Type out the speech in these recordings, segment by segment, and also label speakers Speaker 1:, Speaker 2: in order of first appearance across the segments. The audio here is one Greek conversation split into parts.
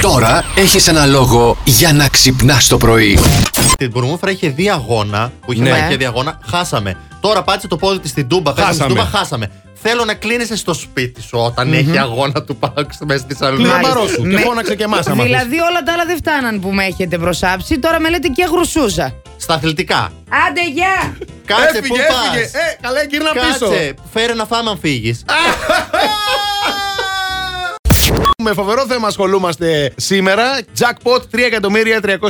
Speaker 1: Τώρα έχεις ένα λόγο για να ξυπνάς το πρωί.
Speaker 2: Την Μπουρμούφρα είχε δύο αγώνα που είχε
Speaker 3: Ναι.
Speaker 2: μάχη και δύο αγώνα. Χάσαμε. Τώρα πάτησε το πόδι της στην Τούμπα. Χάσαμε. Στην
Speaker 3: Χάσαμε.
Speaker 2: Τούμπα, χάσαμε. Θέλω να κλείνεσαι στο σπίτι σου όταν έχει αγώνα του Πάουξ μέσα στη Θεσσαλονίκη.
Speaker 3: Κλείνε
Speaker 2: Μάλιστα.
Speaker 3: μπαρός σου. Τη φώναξε και εμάς.
Speaker 4: Δηλαδή όλα τα άλλα δεν φτάναν που με έχετε προσάψει. Τώρα με λέτε και γρουσούζα.
Speaker 2: Στα αθλητικά.
Speaker 4: Άντε, γεια!
Speaker 2: Κάτσε που
Speaker 3: έφυγε, έφυγε.
Speaker 2: πας.
Speaker 3: Ε, καλά, γύρνα πίσω.
Speaker 2: Κάτσε. Φέρε να φάμε αν φύγεις.
Speaker 3: Με φοβερό θέμα ασχολούμαστε σήμερα. Jackpot 3.333.333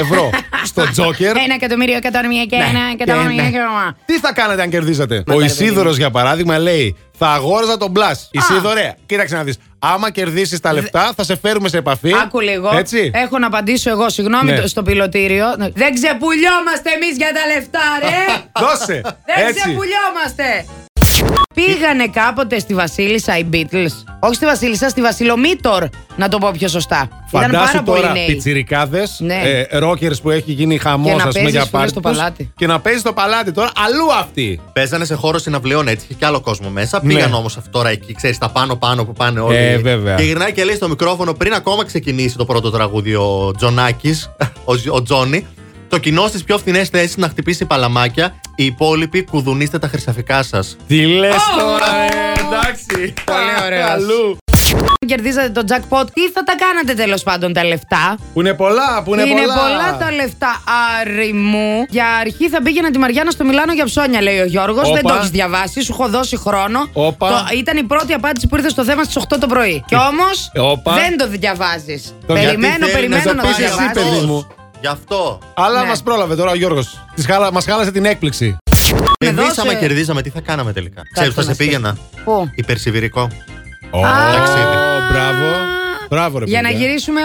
Speaker 3: ευρώ στο Joker.
Speaker 4: Ένα εκατομμύριο, εκατομμύρια και ένα εκατομμύριο
Speaker 3: ναι.
Speaker 4: και ένα.
Speaker 3: Τι θα κάνατε αν κερδίσατε.
Speaker 4: Μα
Speaker 3: Ο
Speaker 4: τα
Speaker 3: Ισίδωρος, για παράδειγμα, λέει: Θα αγόραζα τον μπλα. Ισίδωρε, κοίταξε να δεις. Άμα κερδίσεις τα λεφτά, θα σε φέρουμε σε επαφή.
Speaker 4: Άκου λίγο.
Speaker 3: Ε, Έτσι.
Speaker 4: Έχω να απαντήσω εγώ, συγγνώμη,
Speaker 3: Ναι.
Speaker 4: το- στο πιλωτήριο. Δεν ξεπουλιόμαστε εμείς για τα λεφτά, ρε!
Speaker 3: Δώσε.
Speaker 4: Δεν
Speaker 3: Έτσι.
Speaker 4: ξεπουλιόμαστε! Πήγανε κάποτε στη Βασίλισσα οι Beatles. Όχι στη Βασίλισσα, στη Βασιλομήτωρ, να το πω πιο σωστά. Ήταν
Speaker 3: Φαντάσου
Speaker 4: πάρα πολύ
Speaker 3: τώρα
Speaker 4: νέοι.
Speaker 3: πιτσιρικάδες,
Speaker 4: Ναι.
Speaker 3: ρόκερ που έχει γίνει
Speaker 4: Και
Speaker 3: χαμό,
Speaker 4: να
Speaker 3: ας πούμε,
Speaker 4: παίζεις
Speaker 3: για
Speaker 4: στους φίλους στο
Speaker 3: πάρτι τους.
Speaker 4: παλάτι.
Speaker 3: Και να παίζεις στο παλάτι τώρα, αλλού αυτή.
Speaker 2: Παίζανε σε χώρο συναυλιών έτσι, είχε και άλλο κόσμο μέσα.
Speaker 3: Ναι.
Speaker 2: Πήγαν όμω τώρα εκεί, ξέρεις, τα πάνω-πάνω που πάνε όλοι.
Speaker 3: Ε, βέβαια.
Speaker 2: Και γυρνάει και λέει στο μικρόφωνο πριν ακόμα ξεκινήσει το πρώτο τραγούδι ο Τζονάκης, ο, Ζ- ο Τζόνι. Το κοινό στις πιο φθηνές θέσεις να χτυπήσει παλαμάκια. Οι υπόλοιποι κουδουνίστε τα χρυσαφικά σας.
Speaker 3: Τι λες τώρα, ε, εντάξει.
Speaker 4: Πολύ ωραίος.
Speaker 3: Αλλού.
Speaker 4: Αν κερδίζατε το jackpot, τι θα τα κάνατε τέλος πάντων τα λεφτά.
Speaker 3: Που είναι πολλά, που είναι, πολλά.
Speaker 4: τα λεφτά, Άρη μου. Για αρχή θα πήγαινα τη Μαριάννα στο Μιλάνο για ψώνια, λέει ο Γιώργος.
Speaker 3: Όπα.
Speaker 4: Δεν το έχεις διαβάσει, σου έχω δώσει χρόνο.
Speaker 3: Όπα. Ε,
Speaker 4: Το- ήταν η πρώτη απάντηση που ήρθε στο θέμα στις 8 το πρωί. Κι όμως
Speaker 3: Όπα.
Speaker 4: δεν το διαβάζεις.
Speaker 3: Το γιατί
Speaker 4: Περιμένω,
Speaker 3: θέλεις
Speaker 4: περιμένω
Speaker 3: να
Speaker 4: να
Speaker 3: το
Speaker 4: το
Speaker 3: πεις εσύ, παιδί
Speaker 4: διαβάσει.
Speaker 3: μου.
Speaker 2: Γι' αυτό.
Speaker 3: Αλλά
Speaker 4: Ναι.
Speaker 3: μας πρόλαβε τώρα ο Γιώργος. Της χάλα, μας χάλασε την έκπληξη.
Speaker 4: Με
Speaker 2: Εμεί
Speaker 4: δώσε.
Speaker 2: άμα κερδίζαμε, τι θα κάναμε τελικά. Ξέρεις, θα
Speaker 4: να
Speaker 2: σε
Speaker 4: σκεφτώ.
Speaker 2: πήγαινα.
Speaker 4: Πού?
Speaker 2: Υπερσιβηρικό.
Speaker 3: Ω,
Speaker 2: ταξίδι.
Speaker 3: Μπράβο. Μπράβο, ρε
Speaker 4: Για να
Speaker 3: παιδιά.
Speaker 4: γυρίσουμε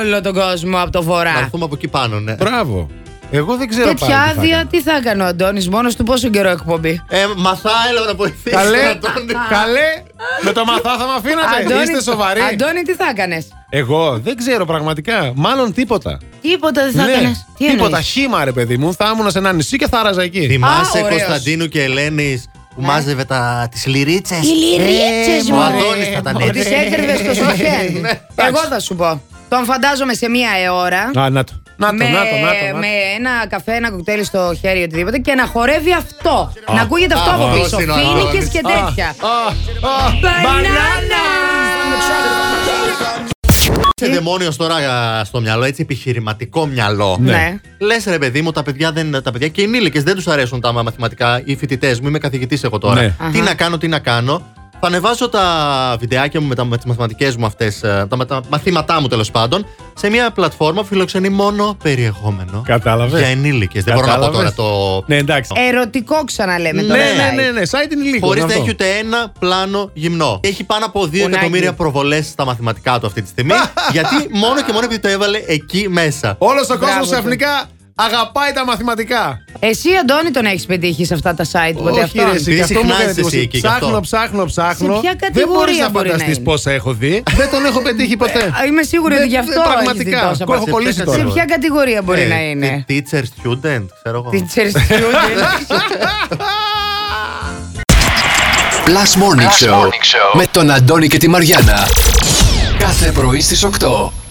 Speaker 4: όλο τον κόσμο από το
Speaker 2: Να
Speaker 4: βορρά.
Speaker 2: έρθουμε από εκεί πάνω, ναι.
Speaker 3: Μπράβο. Εγώ δεν ξέρω πάλι.
Speaker 4: Τέτοια
Speaker 3: τι θα
Speaker 4: άδεια
Speaker 3: έκανα.
Speaker 4: τι θα έκανε ο Αντώνης μόνος του πόσο καιρό εκπομπή.
Speaker 2: Ε, μαθά, έλα να βοηθήσει.
Speaker 3: Καλέ, καλέ, με το μαθά θα με αφήνατε. Είστε σοβαροί.
Speaker 4: Αντώνη τι θα έκανες.
Speaker 3: Εγώ δεν ξέρω πραγματικά. Μάλλον τίποτα.
Speaker 4: Τίποτα δεν θα
Speaker 3: Ναι.
Speaker 4: έκανες. Τι
Speaker 3: τίποτα.
Speaker 4: εννοείς?
Speaker 3: Χήμα, ρε παιδί μου. Θα ήμουν σε ένα νησί και θα άραζα εκεί.
Speaker 2: Θυμάσαι
Speaker 4: Α, ωραίος. Ναι.
Speaker 2: Κωνσταντίνου και Ελένης που μάζευε τα, τις λυρίτσες.
Speaker 4: Οι λυρίτσες,
Speaker 2: Ε, Ο
Speaker 4: μωρέ.
Speaker 2: Αντώνης θα ήταν
Speaker 4: Τις
Speaker 2: έτσι.
Speaker 4: έκρυβε
Speaker 3: Ναι.
Speaker 4: στο σοφέν. Εγώ θα σου πω. Τον φαντάζομαι σε μία αιώρα.
Speaker 3: Α, να το. Να το,
Speaker 4: με,
Speaker 3: να το, να το, να το.
Speaker 4: με ένα καφέ, ένα κοκτέιλ στο χέρι, οτιδήποτε και να χορεύει αυτό. να ακούγεται αυτό
Speaker 2: Α,
Speaker 4: από
Speaker 2: αυτός
Speaker 4: πίσω.
Speaker 2: είναι ο Αντώνης.
Speaker 4: Φίνικες και
Speaker 3: Α,
Speaker 4: τέτοια.
Speaker 3: α, α,
Speaker 4: Μπανάνα!
Speaker 2: Σε δαιμόνιος τώρα στο μυαλό, έτσι επιχειρηματικό μυαλό.
Speaker 4: Ναι.
Speaker 2: Λες ρε παιδί μου, τα παιδιά, δεν, τα παιδιά και οι ενήλικες δεν τους αρέσουν τα μαθηματικά. Οι φοιτητές μου, είμαι καθηγητής εγώ τώρα.
Speaker 3: Ναι.
Speaker 2: Τι να κάνω, τι να κάνω. Θα ανεβάσω τα βιντεάκια μου με, τα, με τις μαθηματικές μου αυτές, τα, με τα μαθήματά μου τέλος πάντων, σε μια πλατφόρμα που φιλοξενεί μόνο περιεχόμενο.
Speaker 3: Κατάλαβες.
Speaker 2: Για ενήλικες. Δεν μπορώ να πω τώρα
Speaker 3: Κατάλαβες.
Speaker 2: το.
Speaker 3: Ναι, εντάξει.
Speaker 4: Ε, Ερωτικό ξαναλέμε τώρα.
Speaker 3: Ναι, ναι,
Speaker 4: Ράι.
Speaker 3: ναι, ναι. Site είναι λίγο.
Speaker 2: Χωρίς να έχει ούτε ένα πλάνο γυμνό. Έχει πάνω από 2
Speaker 4: Ουνάκι.
Speaker 2: εκατομμύρια προβολές στα μαθηματικά του αυτή τη στιγμή. γιατί μόνο και μόνο επειδή το έβαλε εκεί μέσα.
Speaker 3: Όλος ο κόσμο
Speaker 4: Μπράβο ναι. του.
Speaker 3: ξαφνικά αγαπάει τα μαθηματικά.
Speaker 4: Εσύ, Αντώνη, τον έχεις πετύχει σε αυτά τα site ποτέ
Speaker 3: Όχι, ρε,
Speaker 4: αυτόν.
Speaker 3: εσύ,
Speaker 2: Επειδή
Speaker 3: και αυτό μου
Speaker 2: συχνά
Speaker 3: κάνει
Speaker 2: είσαι
Speaker 3: εντύπωση.
Speaker 2: εσύ εκεί, γι' αυτό.
Speaker 3: Ψάχνω, ψάχνω, ψάχνω.
Speaker 4: ποια
Speaker 3: Δεν μπορεί
Speaker 4: κατηγορία
Speaker 3: να
Speaker 4: μπορεί να
Speaker 3: φανταστείς
Speaker 4: είναι.
Speaker 3: πόσα έχω δει. Δεν τον έχω πετύχει ποτέ.
Speaker 4: Α, Είμαι σίγουρη ότι
Speaker 3: Δεν-
Speaker 4: γι'
Speaker 3: δεν-
Speaker 4: αυτό έχεις δει
Speaker 3: Ναι, Πραγματικά.
Speaker 4: τόσα
Speaker 3: Έχω
Speaker 2: Σε
Speaker 3: κολλήσει
Speaker 2: ποια
Speaker 3: τώρα.
Speaker 4: Σε ποια κατηγορία μπορεί
Speaker 2: Ε,
Speaker 4: να είναι.
Speaker 2: τι- Teacher, student, ξέρω εγώ.
Speaker 4: Teacher student.
Speaker 1: Plus Morning, Show, με τον Αντώνη και τη Μαριάνα. Κάθε πρωί στις 8.